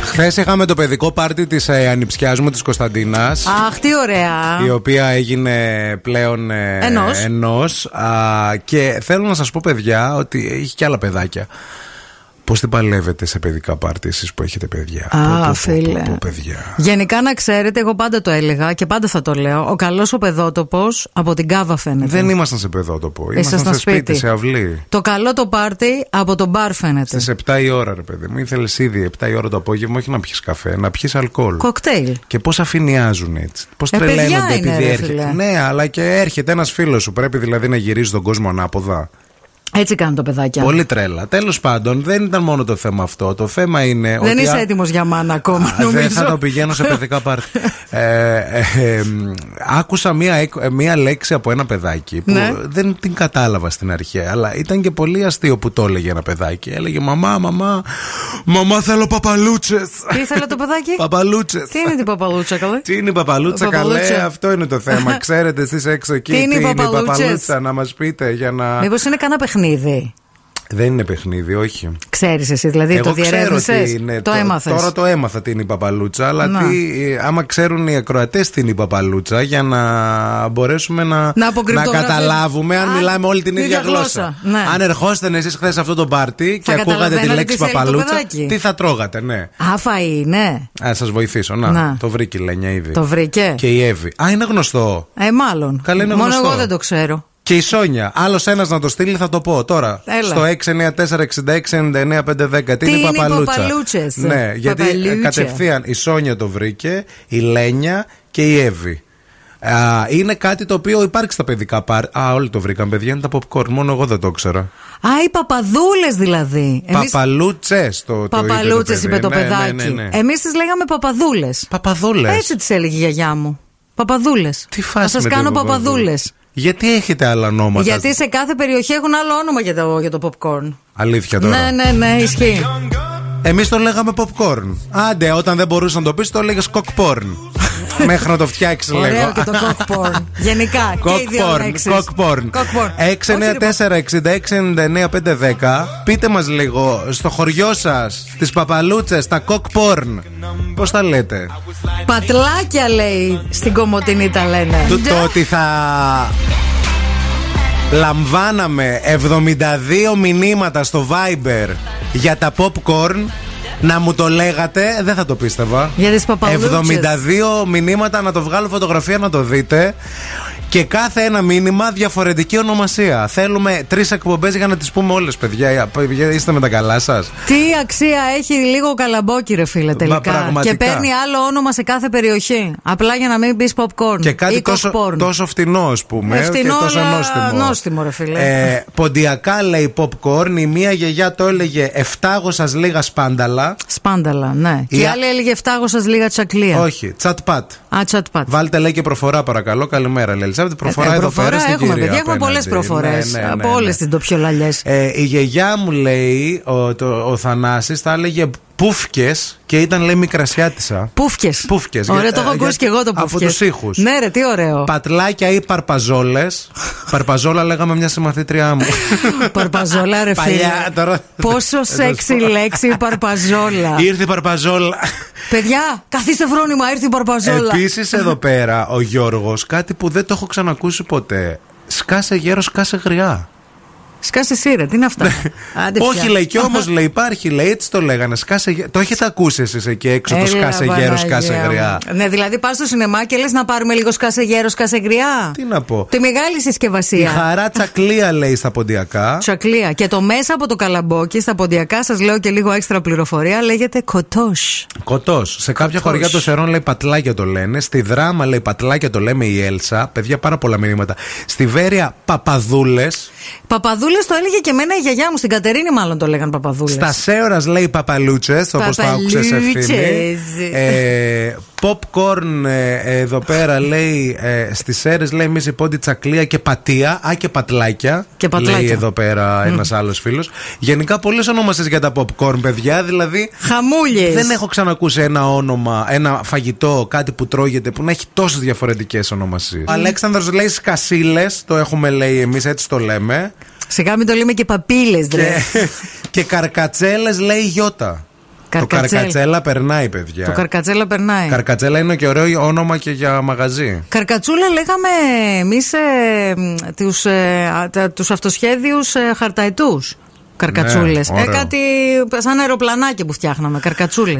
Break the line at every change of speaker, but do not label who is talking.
Χθες είχαμε το παιδικό πάρτι της ε, ανιψιάς μου της Κωνσταντίνας.
Αχ, τι ωραία.
Η οποία έγινε πλέον ε,
Ενός.
ενός. Α, και θέλω να σας πω παιδιά ότι έχει και άλλα παιδάκια. Πώς την παλεύετε σε παιδικά πάρτι εσείς που έχετε παιδιά.
Α,
Πω, πω, πω,
φίλε.
πω, πω, παιδιά.
Γενικά να ξέρετε, εγώ πάντα το έλεγα και πάντα θα το λέω. Ο καλός ο παιδότοπος από την κάβα φαίνεται.
Δεν ήμασταν σε παιδότοπο. Ήμασταν
Ήσασταν
σε σπίτι,
Ε, σπίτι.
σε αυλή.
Το καλό το πάρτι από τον μπαρ φαίνεται.
Στις 7 η ώρα, ρε παιδί μου. Ήθελες ήδη 7 η ώρα το απόγευμα, όχι να πιεις καφέ, να πιεις αλκοόλ.
Κοκτέιλ.
Και πώς αφηνιάζουν έτσι. Πώς
Ε, παιδιά
τρελαίνονται
είναι,
επειδή
ρε,
έρχεται.
φίλε.
Ναι, αλλά και έρχεται ένας φίλος σου. Πρέπει δηλαδή να γυρίζει τον κόσμο ανάποδα.
Έτσι κάνουν τα παιδάκια.
Πολύ τρέλα. Τέλος πάντων, δεν ήταν μόνο το θέμα αυτό. Το θέμα είναι.
Δεν
ότι
είσαι
α-
έτοιμος για μάνα ακόμα,
Α,
νομίζω.
Δεν θα το πηγαίνω σε παιδικά πάρτι. ε, ε, ε, μ, άκουσα μία, εκ- ε, μία λέξη από ένα παιδάκι που
Ναι.
δεν την κατάλαβα στην αρχή, αλλά ήταν και πολύ αστείο που το έλεγε ένα παιδάκι. Έλεγε Μαμά, μαμά, μαμά θέλω παπαλούτσες.
Τι ήθελε το παιδάκι.
Παπαλούτσες.
Τι είναι την παπαλούτσα, καλέ.
Τι είναι η παπαλούτσα,
Παπαλούτσα.
καλέ, αυτό είναι το θέμα. Ξέρετε εσείς έξω εκεί
Τι είναι οι παπαλούτσες?
παπαλούτσα, να μας πείτε για να.
Μήπως είναι κανένα παιχνίδι.
Δεν είναι παιχνίδι, όχι.
Ξέρεις εσύ, δηλαδή το
Εγώ ξέρω
διερεύνησε.
τι είναι.
Το έμαθες.
Τώρα το έμαθα τι είναι η παπαλούτσα, αλλά
Να.
τι, ε, άμα ξέρουν οι ακροατές τι είναι η παπαλούτσα, για να μπορέσουμε να,
Να αποκρυπτογραφεί-
καταλάβουμε αν
Α,
μιλάμε όλη την ίδια γλώσσα.
γλώσσα, ναι.
Αν ερχόσασταν εσείς χθες σε αυτό το πάρτι και
Θα
ακούγατε τη
καταλαβαίνατε
λέξη
τι θέλει το
παπαλούτσα,
παιδάκι.
τι θα τρώγατε, ναι.
Άφα είναι.
Α, σας βοηθήσω. Να,
Να.
το βρήκε η Λένια ήδη.
Το βρήκε.
Ε, Και η Εύη. Α, είναι γνωστό.
Ε, μάλλον.
Καλέ, είναι
Μόνο
γνωστό.
εγώ δεν το ξέρω.
Και η Σόνια. Άλλος ένας να το στείλει, θα το πω τώρα.
Έλα.
Στο 694-6699-510. Τι,
είναι
η
οι
παπαλούτσα.
παπαλούτσες?
Ναι, γιατί
Παπαλούτσα.
ε, κατευθείαν η Σόνια το βρήκε, η Λένια και η Εύη. Α, είναι κάτι το οποίο υπάρχει στα παιδικά πάρ. Α, όλοι το βρήκαν, παιδιά. Είναι τα popcorn. Μόνο εγώ δεν το ήξερα.
Α, οι παπαδούλες δηλαδή. Εμείς...
Παπαλούτσες το, το
Παπαλούτσες είπε το
παιδί. Ναι,
παιδάκι.
Ναι, ναι, ναι.
Εμείς τις λέγαμε παπαδούλες.
Παπαδούλες.
Έτσι τις έλεγε η γιαγιά μου. Παπαδούλες.
Τι φάση
Θα σας
με την
κάνω
παπαδούλα.
παπαδούλες.
Γιατί έχετε άλλα ονόματα.
Γιατί σε κάθε περιοχή έχουν άλλο όνομα για το, για το popcorn.
Αλήθεια τώρα.
Ναι, ναι, ναι, ισχύει.
Εμείς το λέγαμε popcorn. Άντε, όταν δεν μπορούσε να το πεις, το λέγε cockporn. Μέχρι να το φτιάξεις λίγο.
Ωραίο και το cock porn. Γενικά. και οι δύο
Cockporn,
λέξεις.
cockporn.
Cock porn. Όχι, ρε,
694-6699-510. Πείτε μας λίγο στο χωριό σας, τι παπαλούτσες, τα cockporn. Πώς τα λέτε.
πα- Πατλάκια λέει στην Κομωτινή τα λένε.
Το, το ότι θα λαμβάναμε 72 μηνύματα στο Viber για τα popcorn να μου το λέγατε, δεν θα το πίστευα.
Για τις παπαλούτσες.
72 μηνύματα να το βγάλω φωτογραφία να το δείτε. Και κάθε ένα μήνυμα διαφορετική ονομασία. Θέλουμε τρεις εκπομπές για να τις πούμε όλες, παιδιά. Παιδιά, Είστε με τα καλά σας.
Τι αξία έχει λίγο καλαμπόκι, ρε φίλε, τελικά.
πραγματικά.
Και παίρνει άλλο όνομα σε κάθε περιοχή. Απλά για να μην πεις popcorn.
Και κάτι
ή
τόσο,
cockporn.
τόσο φτηνό, ας πούμε.
Ε, φτηνό,
και τόσο
αλλά
νόστιμο.
νόστιμο, ρε φίλε.
Ε, ποντιακά λέει popcorn. Η μία γιαγιά το έλεγε Εφτάγω σα λίγας σπάνταλα.
Σπάνταλα, ναι. Και
Η
η
α-
άλλη έλεγε σα λίγα τσακλία.
Όχι, τσατπατ.
Α, τσατπατ.
Βάλτε λέει και προφορά, παρακαλώ. Καλημέρα, λέει. Ελισάβετ. Προφορά
ε,
εδώ
προφορά
πέρα στην
έχουμε,
κυρία.
παιδιά, έχουμε πολλέ
απέναντι.
προφορές.
Ναι, ναι, ναι,
από
ναι.
όλες τις ντοπιολαλιές.
Ε, η γιαγιά μου λέει, ο, το, ο Θανάσης θα έλεγε πούφκες και ήταν λέει μικρασιάτισα.
Πούφκες.
Πούφκες,
Ωραία,
για-
το έχω
ε,
ακούσει
για-
και εγώ το
από
πούφκες.
τους ήχους.
Ναι, ρε, τι ωραίο.
Πατλάκια ή παρπαζόλες. Παρπαζόλα λέγαμε μια συμμαθήτριά μου.
Παρπαζόλα, ρε φίλε.
Παλιά, τώρα-
Πόσο σεξι λέξη η παρπαζόλα.
Ήρθε η παρπαζόλα.
Παιδιά, καθίστε φρόνημα, ήρθε η παρπαζόλα.
Επίσης εδώ πέρα ο Γιώργος, κάτι που δεν το έχω ξανακούσει ποτέ. Σκάσε γέρο, σκάσε γριά.
Σκάσε σύρε, τι είναι αυτά. Άντε
Όχι,
πια.
λέει, και όμως λέει, υπάρχει, λέει, έτσι το λέγανε. Σκάσε, γε- το έχετε ακούσει εσείς εκεί έξω, το
Έλα,
σκάσε γέρο, σκάσε
Παναγία
γριά.
μου. Ναι, δηλαδή πας στο σινεμά και λες να πάρουμε λίγο σκάσε γέρο, σκάσε γριά.
Τι να πω.
Τη μεγάλη
Η
συσκευασία.
χαρά τσακλία λέει στα ποντιακά.
Τσακλία. Και το μέσα από το καλαμπόκι, στα ποντιακά, σας λέω και λίγο έξτρα πληροφορία, λέγεται κοτός.
Κοτός. Σε κάποια χωριά το Σερών λέει πατλάκια το λένε. Στη δράμα λέει πατλάκια το λέμε η Έλσα. Παιδιά, πάρα πολλά μηνύματα. Στη Βέρεια παπαδούλες.
Παπαδούλες το έλεγε και εμένα η γιαγιά μου, στην Κατερίνη μάλλον το λέγαν παπαδούλε.
Στα Σέωρας λέει παπαλούτσες, όπως το άκουσε ευθύνη.
Παπαλούτσες.
Ε, popcorn ε, εδώ πέρα λέει ε, στις Σέρε λέει εμεί η πόντη τσακλία και πατία. Α, και πατλάκια.
Και πατλάκια.
Λέει εδώ πέρα ένας άλλος φίλος. Γενικά πολλές ονόμασες για τα popcorn, παιδιά. Δηλαδή
Χαμούλιε.
Δεν έχω ξανακούσει ένα όνομα, ένα φαγητό, κάτι που τρώγεται που να έχει τόσες διαφορετικές ονομασίε. Ο Αλέξανδρος λέει σκασίλες, το έχουμε λέει εμείς, έτσι το λέμε.
Σιγά μην το λέμε και παπίλες,
Και,
ρε.
και καρκατσέλες λέει γιώτα. Το καρκατσέλα περνάει, παιδιά.
Το καρκατσέλα περνάει.
Καρκατσέλα είναι και ωραίο όνομα και για μαγαζί.
Καρκατσούλα λέγαμε εμείς ε, τους, ε, τα- τους αυτοσχέδιους ε, χαρταϊτούς. Καρκατσούλες.
Ναι,
ε,
ωραίο.
κάτι σαν αεροπλανάκια που φτιάχναμε. Καρκατσούλες.